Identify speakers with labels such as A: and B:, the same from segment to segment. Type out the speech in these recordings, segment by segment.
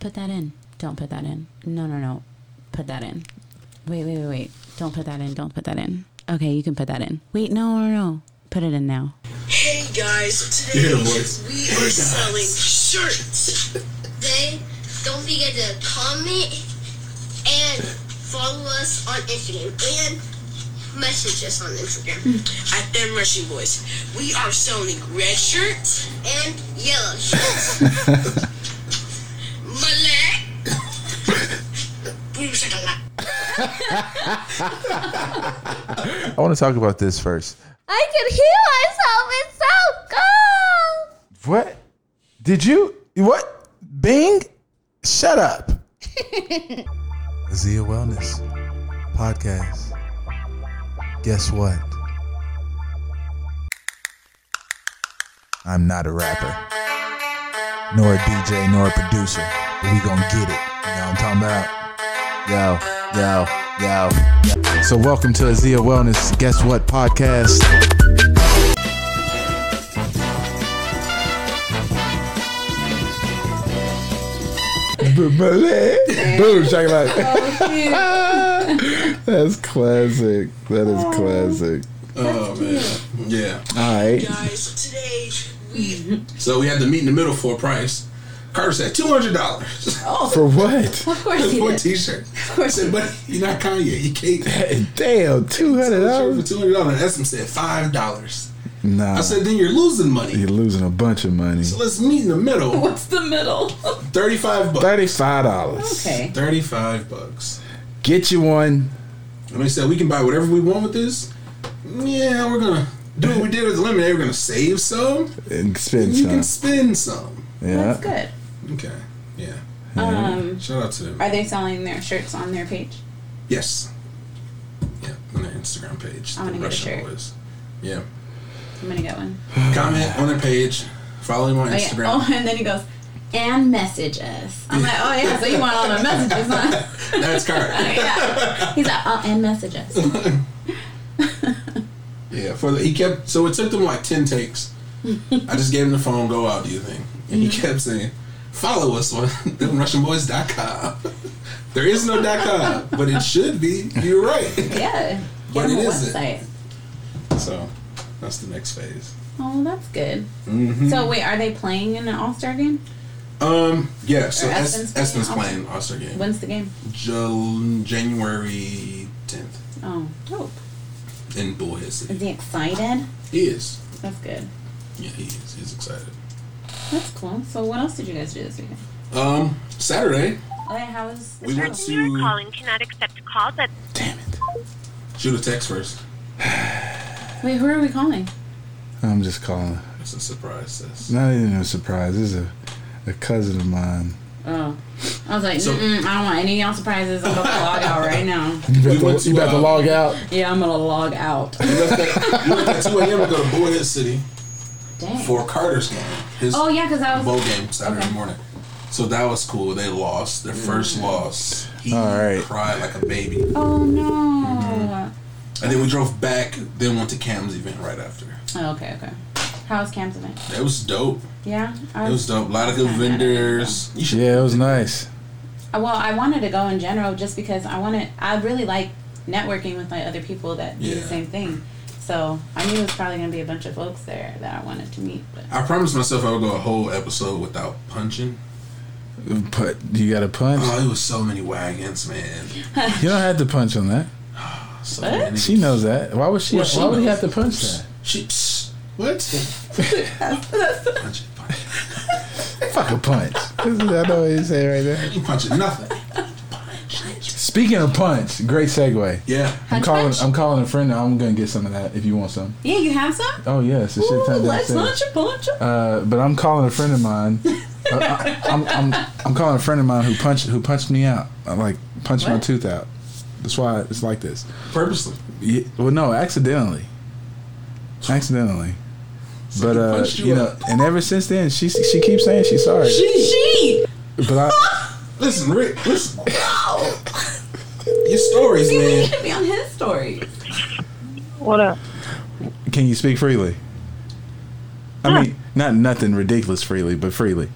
A: put that in. Don't put that in. No, no, no. Put that in. Wait, wait, wait, wait. Don't put that in. Don't put that in. Okay, you can put that in. Wait, no, no, no. Put it in now.
B: Hey guys,
C: You
B: today
C: hear the voice. Oh
B: we are selling shirts.
D: Then don't forget to comment and follow us on Instagram and message us on Instagram
B: At them Rushing Boys, we are selling red shirts,
D: and yellow shirts.
B: black, blue chocolate.
E: I want to talk about this first.
F: I can hear myself. It's so cold.
E: What? Did you? What? Bing? Shut up. Zia Wellness Podcast. Guess what? I'm not a rapper, nor a DJ, nor a producer. But we gonna get it. You know what I'm talking about? Yo, yo, yo. So welcome to Azia Wellness Guess What Podcast.
C: Boom, check it out. That's classic. That is classic.
G: Oh man, yeah.
C: All right.
B: Guys, today we
G: So we had to meet in the middle for a price. Carter said two hundred dollars
C: For what?
F: Of course
G: for
F: you
G: a
F: did.
G: T-shirt. I said, but you're not Kanye. You can't.
C: Damn, two hundred
G: For
C: dollars.
G: two hundred dollars, Essam said five dollars.
C: Nah,
G: I said, then you're losing money.
C: you're losing a bunch of money.
G: So let's meet in the middle.
F: What's the middle?
G: Thirty-five bucks.
C: Thirty-five dollars.
F: Okay.
G: Thirty-five bucks.
C: Get you one.
G: And they said we can buy whatever we want with this. Yeah, we're gonna do what we did with the lemonade. We're gonna save some.
C: and spend
G: You
C: some.
G: can spend some.
C: Yeah.
F: That's good.
G: Okay. Yeah.
F: Um,
G: Shout out to them.
F: are they selling their shirts on their page?
G: Yes. Yeah, on their Instagram page.
F: I wanna
G: the
F: get a
G: Russian
F: shirt.
G: Boys. Yeah.
F: I'm gonna get one.
G: Comment on their page. Follow them on
F: Oh, yeah.
G: Instagram.
F: oh and then he goes, and message us. I'm like, oh yeah, so you want all the messages, huh?
G: That's Carter.
F: yeah. He's like,
A: "Uh,
F: oh, and message us.
G: yeah, for the, he kept so it took them like ten takes. I just gave him the phone, go out, do your thing.
F: Mm-hmm.
G: And he kept saying, Follow us on themrussianboys.com. there is no dot com, but it should be. You're right.
F: Yeah.
G: But
F: Get him
G: it
F: a
G: isn't.
F: website.
G: So that's the next phase.
F: Oh, that's good.
G: Mm-hmm.
F: So wait, are they playing in an All Star game?
G: Um, yeah, so
F: Or Espen's
G: Es-
F: playing
G: Espen's
F: also?
G: playing All Star Game.
F: When's the game?
G: Jul- January 10th
F: Oh, dope.
G: in Bullhead City.
F: Is he excited?
G: He is.
F: That's good.
G: Yeah, he is. He's excited.
F: That's cool. So what else did you guys do this weekend?
G: Um, Saturday
F: Oh, yeah, how was
G: we went
H: person you are
G: to
H: calling cannot accept calls at
C: Damn it.
G: shoot a text first.
F: Wait, who are we calling?
C: I'm just calling.
G: That's a surprise, sis.
C: Not even a surprise. This is a, a cousin of mine.
F: Oh. I was like,
G: So-
F: Mm-mm, I don't want any of y'all surprises. I'm about to log out right now.
C: You
G: We went to, uh,
C: out?
F: Yeah, I'm gonna log out.
G: We left at, we left at 2 a.m. to go to Bullhead City
F: Dang.
G: for Carter's game. His
F: Oh yeah, because I was.
G: bowl game Saturday
F: Okay. Mm.
G: morning. So that was cool. They lost their first loss. He
C: All right.
G: cried like a baby.
F: Oh no.
G: And then we drove back, then went to Cam's event right after.
F: Oh, okay, okay. How was Cam's event?
G: That was dope.
F: Yeah, I
G: It was dope. A lot of good
F: Okay.
G: vendors. You should
C: Yeah, it was nice.
F: uh, Well, I wanted to go in general just because I wanted. I really like networking with my other people that do
G: Yeah.
F: the same thing. So I knew it was probably gonna be a bunch of folks there that I wanted to meet. But
G: I promised myself I would go a whole episode without punching.
C: But you got to punch.
G: Oh, it was so many wagons, man.
C: You don't have to punch on that.
G: So
F: What?
G: many.
C: She knows that. Why would she?
G: Well, she
C: why would he
G: knows.
C: have to punch that?
G: She, psst, what? punch it, punch it.
C: Fuck a punch. This is, I know what you say right there.
G: You punch it, nothing.
C: Speaking of punch, great segue.
G: Yeah.
C: I'm
F: Punch,
C: calling.
F: punch?
C: I'm calling a friend. now. I'm gonna get some of that if you want some.
F: yeah, you have some.
C: Oh yeah, it's a shit
F: Ooh,
C: ton
F: let's
C: downstairs.
F: lunch a bunch. of-
C: Uh, but I'm calling a friend of mine. Uh, I, am I'm, I'm calling a friend of mine who punched who punched me out. I like punched my
F: What?
C: tooth out. That's why it's like this.
G: Purposely.
C: Ye- Well, no, accidentally, accidentally. But
G: he
C: uh,
G: punched you
C: you know,
G: out.
C: and ever since then, she she keeps saying she's sorry.
F: She.
C: But I,
G: Listen, Rick, listen. Your stories,
F: See, we
G: man.
F: need to be on his story.
H: What up?
C: can you speak freely? I mean, not nothing ridiculous freely, but freely.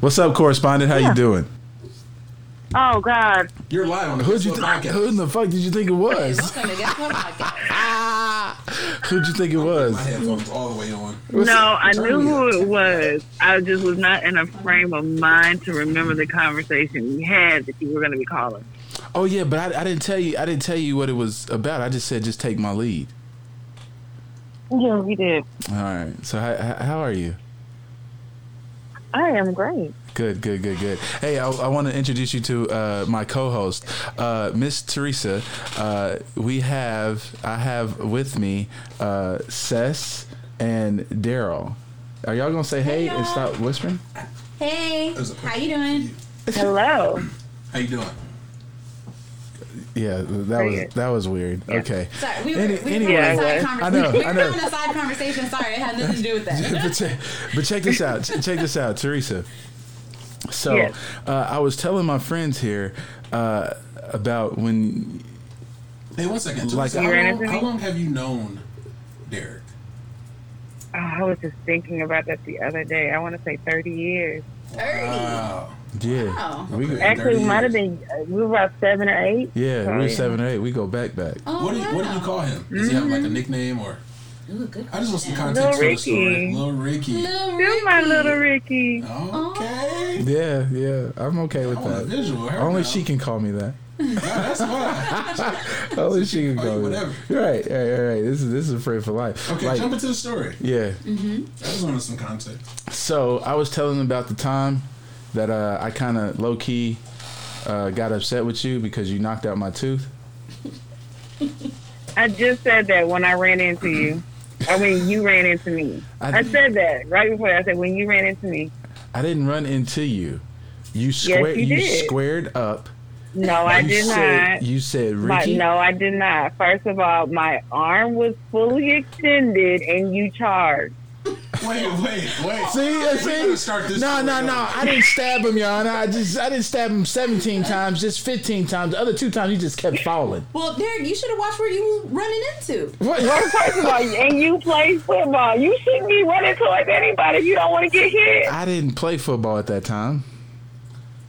C: What's up, correspondent? How you doing?
H: Oh God.
G: You're live on the
C: Who'd you
G: Facebook
C: th-
G: podcast.
C: who in the fuck did you think it was?
F: Welcome to Guess What Podcast.
C: Who'd you think it
G: My
C: was?
G: headphones all the way on.
H: no, I
G: Turn
H: knew
G: me
H: who
G: up.
H: it was. I just was not in a frame of mind to remember the conversation we had that you were going to be calling.
C: Oh yeah, but I, I didn't tell you. I didn't tell you what it was about. I just said just take my lead.
H: Yeah, we did.
C: All right. So how, how- how are you?
H: I am great.
C: Good, good, good, good. Hey, I, I want to introduce you to uh, my co-host, uh, Miss Teresa. Uh, we have I have with me uh, Sess and Daryl. Are y'all gonna say hey, and
F: y'all.
C: stop whispering?
F: Hey,
G: There's a
F: how you doing?
H: Hello.
G: How you doing?
C: Yeah, that was
H: Weird.
C: that was weird. Okay.
F: Sorry, we were,
C: Any-
F: we were
C: anyway.
F: having a
H: Yeah,
F: side
C: I
F: conversation.
C: know,
F: we were
C: I know.
F: having a side conversation. Sorry, it had nothing to do with that.
C: but, check, but check this out. Ch- Check this out, Teresa. So
H: Yes.
C: uh, I was telling my friends here uh, about when
G: Hey, one second.
C: Like-
G: Like, how,
H: You ran
G: long,
H: into
G: how
H: me?
G: long have you known Derek?
H: Oh, I was just thinking about that the other day. I want to say 30 years. Uh,
G: Wow.
C: yeah
F: Wow.
C: we
G: Okay.
H: Actually,
G: 30
H: we might have
G: years.
H: been, uh, we were about seven or eight.
C: yeah
H: Oh,
C: we were seven or eight we go back back.
F: Oh,
G: What do you, what do you call him? Does he have like a nickname or?
F: Ooh, good
G: I just want some
F: question.
G: context for the
H: Ricky.
G: story. Little Ricky.
F: Little
H: You're my
F: Ricky.
H: little Ricky.
G: Okay.
C: Yeah, yeah, I'm okay with
G: I want a
C: that.
G: visual. Her
C: Only
G: now.
C: she can call me that.
G: Nah, that's fine.
C: Only she can
G: Oh,
C: call me that.
G: whatever.
C: Right, right, right, right. This is this is a friend for life.
G: Okay,
C: Like,
G: jump into the story.
C: yeah.
G: I just wanted some context.
C: So I was telling them about the time that uh, I kind of low key uh, got upset with you because you knocked out my tooth.
H: I just said that when I ran into you. I mean, you ran into me.
C: I-
H: I, said that right before. I said when you ran into me.
C: I didn't run into you. You squared.
H: you
C: you
H: did.
C: squared up.
H: No, I
C: you
H: did
C: said,
H: not.
C: You said
H: My,
C: Ricky.
H: no, I did not. First of all, my arm was fully extended, and you charged.
G: Wait, wait, wait.
C: See,
G: gotta
C: see,
G: start this
C: no,
G: story
C: no, no!
G: over.
C: I didn't stab him, y'all. I just, I didn't stab him seventeen times, just fifteen times. The other two times, he just kept falling.
F: Well, Derek, you should have watched where you were running into.
C: What?
H: First of all, and you play football. You shouldn't be running towards anybody. if You don't want to get hit.
C: I didn't play football at that time.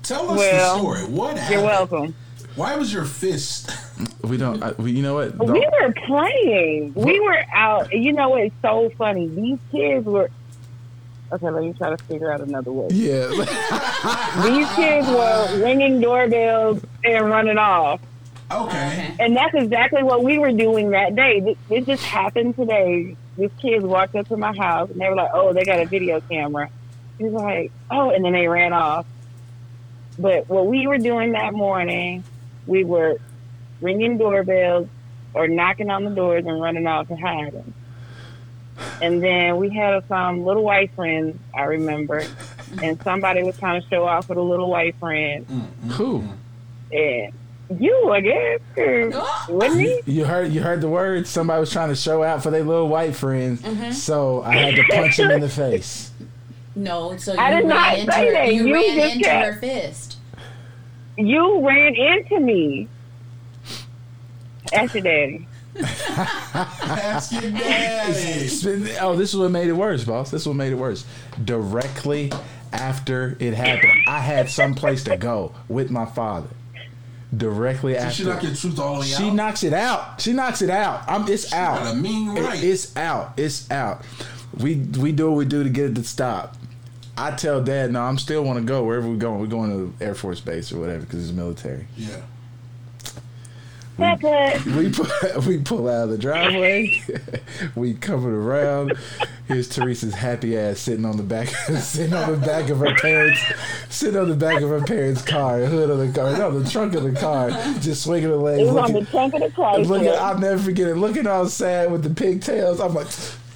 G: Tell us
H: Well,
G: the story. What happened?
H: You're welcome.
G: Why was your fist?
C: We don't. I, we, you know what?
H: We
C: Don't-
H: were playing. We were out. You know it's so funny. These kids were. Okay, let me try to figure out another way.
C: yeah.
H: These kids were ringing doorbells and running off.
G: Okay.
H: And that's exactly what we were doing that day. This, this just happened today. This kid walked up to my house and they were like, oh, they got a video camera. He was like, oh, and then they ran off. But what we were doing that morning, we were ringing doorbells or knocking on the doors and running off to hide them. And then we had some little white friends, I remember, and somebody was trying to show off with a little white friend.
C: Who?
H: And you, I guess, or- wouldn't he?
C: You heard? You heard the words. Somebody was trying to show out for their little white friends, so I had to punch him in the face.
F: No, so you
H: I did
F: ran
H: not
F: into
H: say
F: her,
H: that.
F: You,
H: You
F: ran
H: just
F: into
H: said-
F: her fist.
H: You ran into me. That's your daddy.
G: Ask your daddy.
C: Oh, this is what made it worse, boss. This is what made it worse. Directly after it happened, I had someplace to go with my father. Directly
G: Did
C: after,
G: she knock your tooth all the way out?
C: She knocks it out. She knocks it out. I'm. It's out.
G: got a mean
C: It-
G: right.
C: It's out. It's out. We we do what we do to get it to stop. I tell Dad, no, I'm still want to go wherever we're going. We're going to the Air Force Base or whatever because it's military.
G: Yeah.
H: That's it.
C: We pull, we pull out of the driveway. we come around. Here's Teresa's happy ass sitting on the back, sitting on the back of her parents, sitting on the back of her parents' car, hood of the car, no, the trunk of the car, just swinging her legs.
H: It was on
C: looking-
H: the trunk of the
C: And Look at,
H: car.
C: I'll never forget it. Looking all sad with the pigtails. I'm like,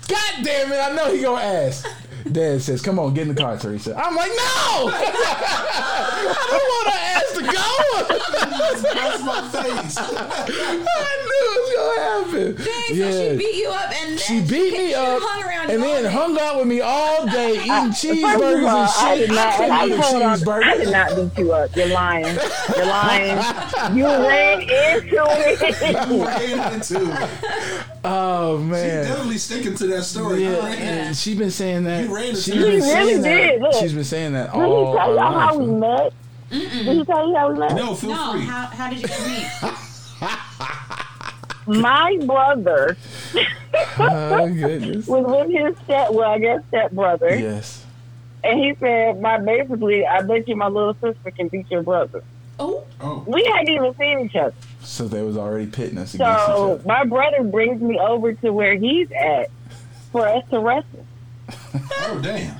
C: God damn it, I know he gonna ask. Dad says, Come on, get in the car, Teresa. I'm like, No! I don't want to ask to go.
G: That's my face.
C: I knew it was gonna happen.
F: Dang, so she beat you up and
C: She beat me up
F: hung around
C: and
F: you all
C: then
F: day.
C: hung out with me all day eating
H: First of all,
C: cheeseburgers
H: I
C: and
H: did
C: shit.
H: not.
C: couldn't
H: And I
C: eat a
H: told him, I did
C: cheeseburger.
H: not beat you up. You're lying. You're lying. You ran into it.
G: Ran into it.
C: Oh man.
G: Definitely sticking to that story. I ran into
C: Yeah, she's been saying that.
G: You ran into
C: She's
G: her.
C: been
H: You really
C: saying
H: did,
C: that.
H: look.
C: She's been saying that
H: Let me
C: all
H: tell
C: her
H: y'all how
C: life.
H: we met. Did he tell you how we met?
G: No, feel
F: No,
G: free.
F: how, how did you guys meet?
H: My brother
C: Oh goodness.
H: was with his step, well, I guess stepbrother,
C: Yes.
H: and he said, "My basically, I bet you my little sister can beat your brother."
F: Oh,
G: Oh,
H: We hadn't even seen each other,
C: So they was already pitting us against
H: so
C: each other.
H: my brother brings me over to where he's at for us to wrestle,
G: oh damn.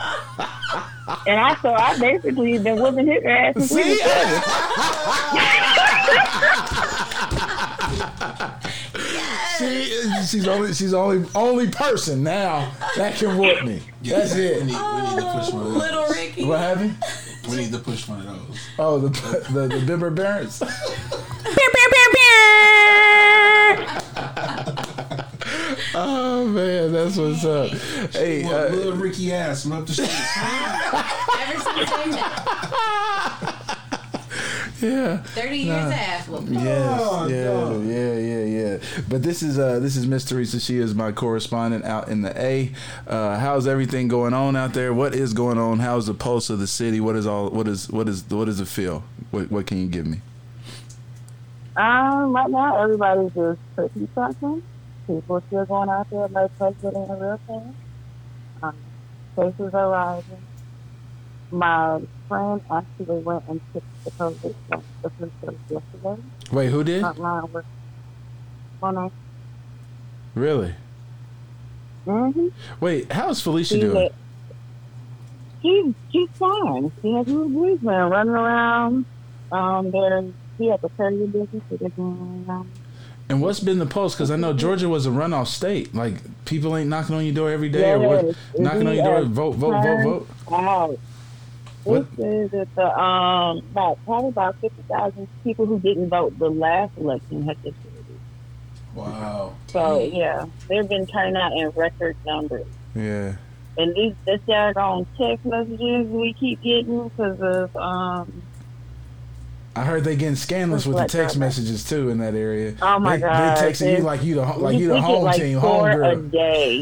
H: and I so I basically been whipping his ass since we was little.
C: She is- she's only she's only only person now that can whoop me. That's
G: We
C: it.
G: need, we need to push one of those.
F: little Ricky.
C: What happened?
G: We need to push one of those.
C: Oh, the the the Bimber Barons. Oh man, that's what's up. Hey,
G: Well,
C: uh,
G: little Ricky ass from up the street.
F: Ever since then, that
C: yeah.
F: 30 years ass whooping.
C: Yes,
G: Oh,
C: yeah,
G: no.
C: yeah, yeah, yeah. But this is uh, this is Miss Teresa. She is my correspondent out in the A. Uh, how's everything going on out there? What is going on? How's the pulse of the city? What is all? What is what is what is the feel? What, what can you give me?
H: Um, right now everybody's just cooking something. People still going out there like president and real thing. Um, cases are rising. My friend actually went and took the COVID test the first day yesterday.
C: Wait, who did?
H: Not lying with on us.
C: Really?
H: Mm-hmm.
C: Wait, how's Felicia doing?
H: She, she's fine. She has a little boyfriend running around. Um, there's, he has a career business. He doesn't um,
C: And what's been the pulse? Because I know Georgia was a runoff state. Like people ain't knocking on your door every day or
H: Yes,
C: what, knocking on your door.
H: yes.
C: Vote, vote, vote, vote.
H: Wow. This
C: What-
H: is at the um about probably about fifty thousand people who didn't vote the last election had this. voted.
G: Wow.
H: So yeah, they've been turning out in record numbers.
C: Yeah.
H: And these this on text messages we keep getting because of um
C: I heard they getting scandalous with the
H: Reflect
C: text
H: that.
C: messages too in that area.
H: Oh, my
C: they,
H: God,
C: They texting you
H: dude.
C: like you the ho- like
H: we-
C: you the
H: we get
C: home
H: like
C: team, home
H: four a
C: girl.
H: day,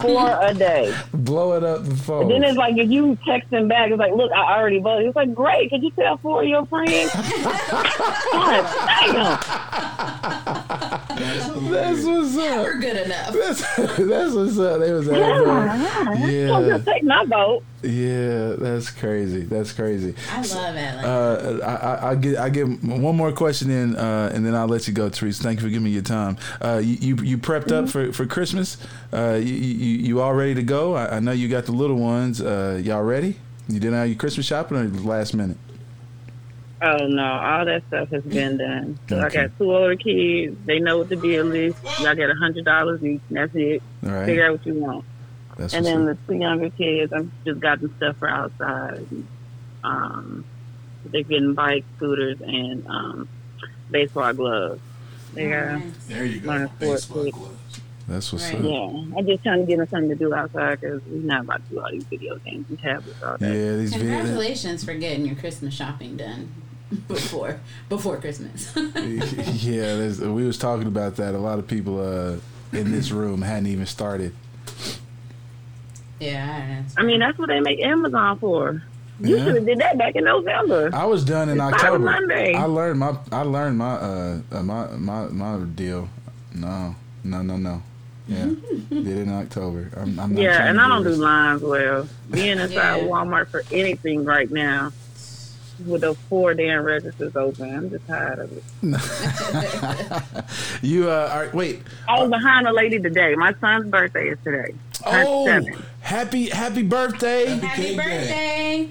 H: four a day.
C: Blow it up the phone.
H: Then it's like if you text them back, it's like, look, I already voted. It's like, great, could you tell four of your friends? God, damn.
G: That's
C: that's
G: hilarious.
C: what's up.
F: We're good enough.
C: That's, that's what's up. They was
H: Yeah,
C: yeah, yeah,
H: Don't take my vote.
C: yeah. That's crazy. That's crazy.
F: I love Alex.
C: Uh, I, I, I get I get one more question in, uh, and then I'll let you go, Teresa. Thank you for giving me your time. Uh, you, you you prepped up for, for Christmas. Uh, you, you you all ready to go? I, I know you got the little ones. Uh, y'all ready? You did all your Christmas shopping or last minute?
H: Oh no, all that stuff has been done. So I
C: Okay.
H: got two older kids. They know what the bill is. Y'all get a hundred dollars each. and That's it.
C: All right.
H: Figure out what you want.
C: That's
H: And
C: what's
H: then
C: up.
H: the two younger kids, I'm just gotten stuff for outside. Um, they're getting bike scooters and um, baseball gloves. They got
G: There you
H: Minus
G: go.
H: four,
G: Baseball
H: three.
G: gloves.
C: That's what's
F: Right.
C: up.
H: yeah. I'm just trying to get them something to do outside because we're not about to do all these video games and tablets all
C: Yeah,
H: day.
C: these videos.
F: Congratulations for getting your Christmas shopping done before before Christmas.
C: yeah, there's, we was talking about that. A lot of people uh, in this room hadn't even started.
F: yeah, I
H: I mean, that's what they make Amazon for. You
C: Yeah.
H: should have did that back in November.
C: I was done in
H: It's
C: October.
H: not a Monday.
C: I learned my I learned my uh uh, my my my deal. No, no, no, no. Yeah, did it in October. I'm, I'm not
H: Yeah,
C: trying
H: and
C: to
H: I don't do
C: this.
H: lines well. Being inside
F: Yeah.
H: Walmart for anything right now with those four damn registers open, I'm just tired of it.
C: You uh, are, wait.
H: I was behind a lady today. My son's birthday is today. Her
C: Oh,
H: seven.
C: happy happy birthday!
F: know. Happy
G: Cake
F: birthday!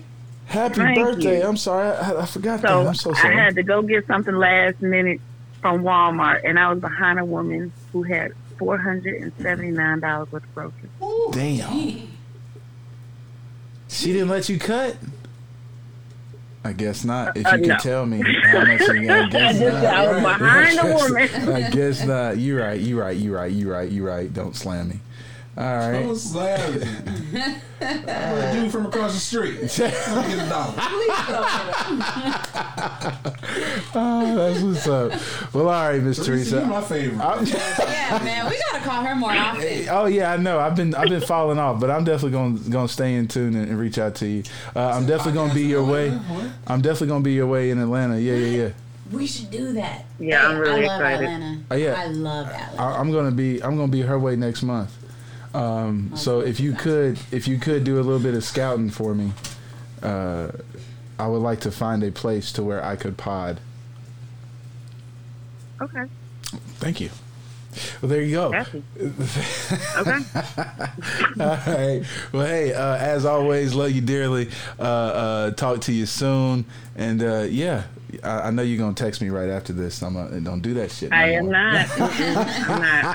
C: Happy
H: Thank
C: birthday!
H: you.
C: I'm sorry, I, I forgot
H: So,
C: that. I'm so
H: I
C: sorry.
H: had to go get something last minute from Walmart, and I was behind a woman who had four hundred and seventy nine dollars worth of groceries.
C: Damn. She didn't let you cut. I guess not. If you
H: Uh,
C: can
H: no.
C: tell me how much you got, I
H: I
C: guess
H: just
C: not.
H: I was behind a woman.
C: I guess not. You're right. You're right. You're right. You're right. You're right. Don't slam me. All
G: I
H: Oh.
C: right.
G: was laughing. The dude from across the street. Get a dollar.
C: Oh, that's what's up. Well, all right, Miss
G: Teresa,
C: Teresa.
G: you're my favorite.
C: I'm-
F: Yeah, man, we gotta call her more often.
C: oh yeah, I know. I've been I've been falling off, but I'm definitely gonna gonna stay in tune and, and reach out to you. Uh, I'm definitely gonna be your way. I'm definitely gonna be your way in Atlanta. Yeah, yeah, yeah.
F: We should do that.
H: Yeah, I'm really
F: I love
H: excited.
F: Atlanta.
C: Oh, yeah.
F: I love Atlanta.
C: I, I'm gonna be I'm gonna be her way next month. Um, so if you could if you could do a little bit of scouting for me, uh, I would like to find a place to where I could pod.
H: Okay.
C: Thank you. Well, there you go.
H: Happy. Okay.
C: All right. Well, hey, uh, as always, love you dearly. Uh, uh, talk to you soon. And uh, yeah, I, I know you're gonna text me right after this. I'm uh, don't do that shit. no
H: I am
C: more.
H: not.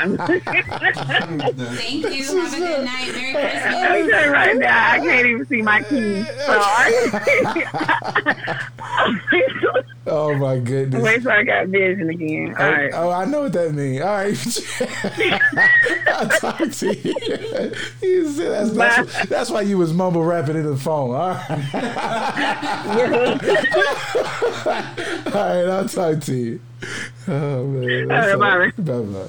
H: I'm not. I'm
F: Thank you. Have a good night. Merry Christmas.
H: Let me tell you right now, I can't even see my keys. So I
C: Oh my goodness.
H: wait till I got vision again. All right.
C: Oh, I know what that means. All right. I'll talk to you. You said that's, that's, that's why you was mumble rapping in the phone. All right. All right, I'll talk to you. Oh, man.
H: All right,
C: Bye bye.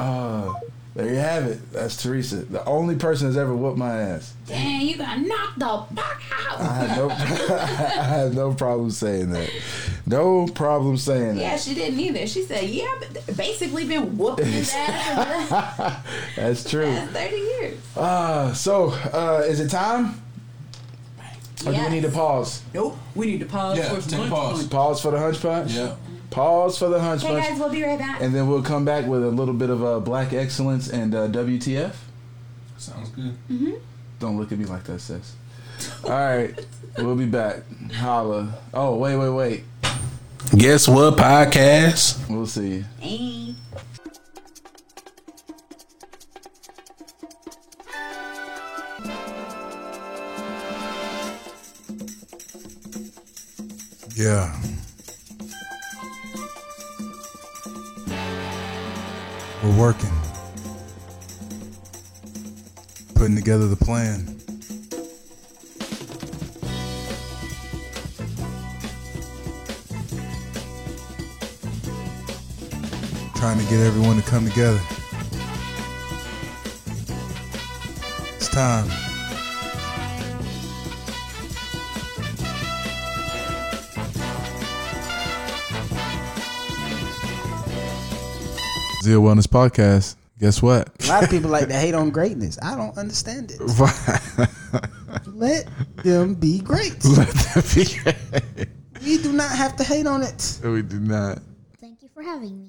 C: Uh, there you have it. That's Teresa, the only person that's ever whooped my ass.
F: Dang, you got knocked the fuck out.
C: I had no, I had no problem saying that. No problem saying that.
F: Yeah, she didn't either. She said, "Yeah, but th- basically been whooping his ass for
C: That's
F: the
C: true.
F: last thirty years."
C: Uh, so, uh, is it time? Or do we need to pause?
F: Nope. We need to pause
G: Yeah, take a pause.
C: Pause for the hunch punch?
G: Yeah.
C: Pause for the hunch
F: Hey
C: punch.
F: guys, we'll be right back.
C: and then we'll come back with a little bit of uh, black excellence and uh, WTF.
G: Sounds good.
C: Don't look at me like that, sis. All right. We'll be back. Holla. Oh, wait, wait, wait.
G: Guess what podcast?
C: We'll see.
F: Hey.
E: Yeah. We're working. Putting together the plan. Trying to get everyone to come together. It's time. Zero Wellness Podcast. Guess what?
I: A lot of people like to hate on greatness. I don't understand it. Let them be great.
E: Let that be.
I: We do not have to hate on it.
E: we do not.
D: Thank you for having me.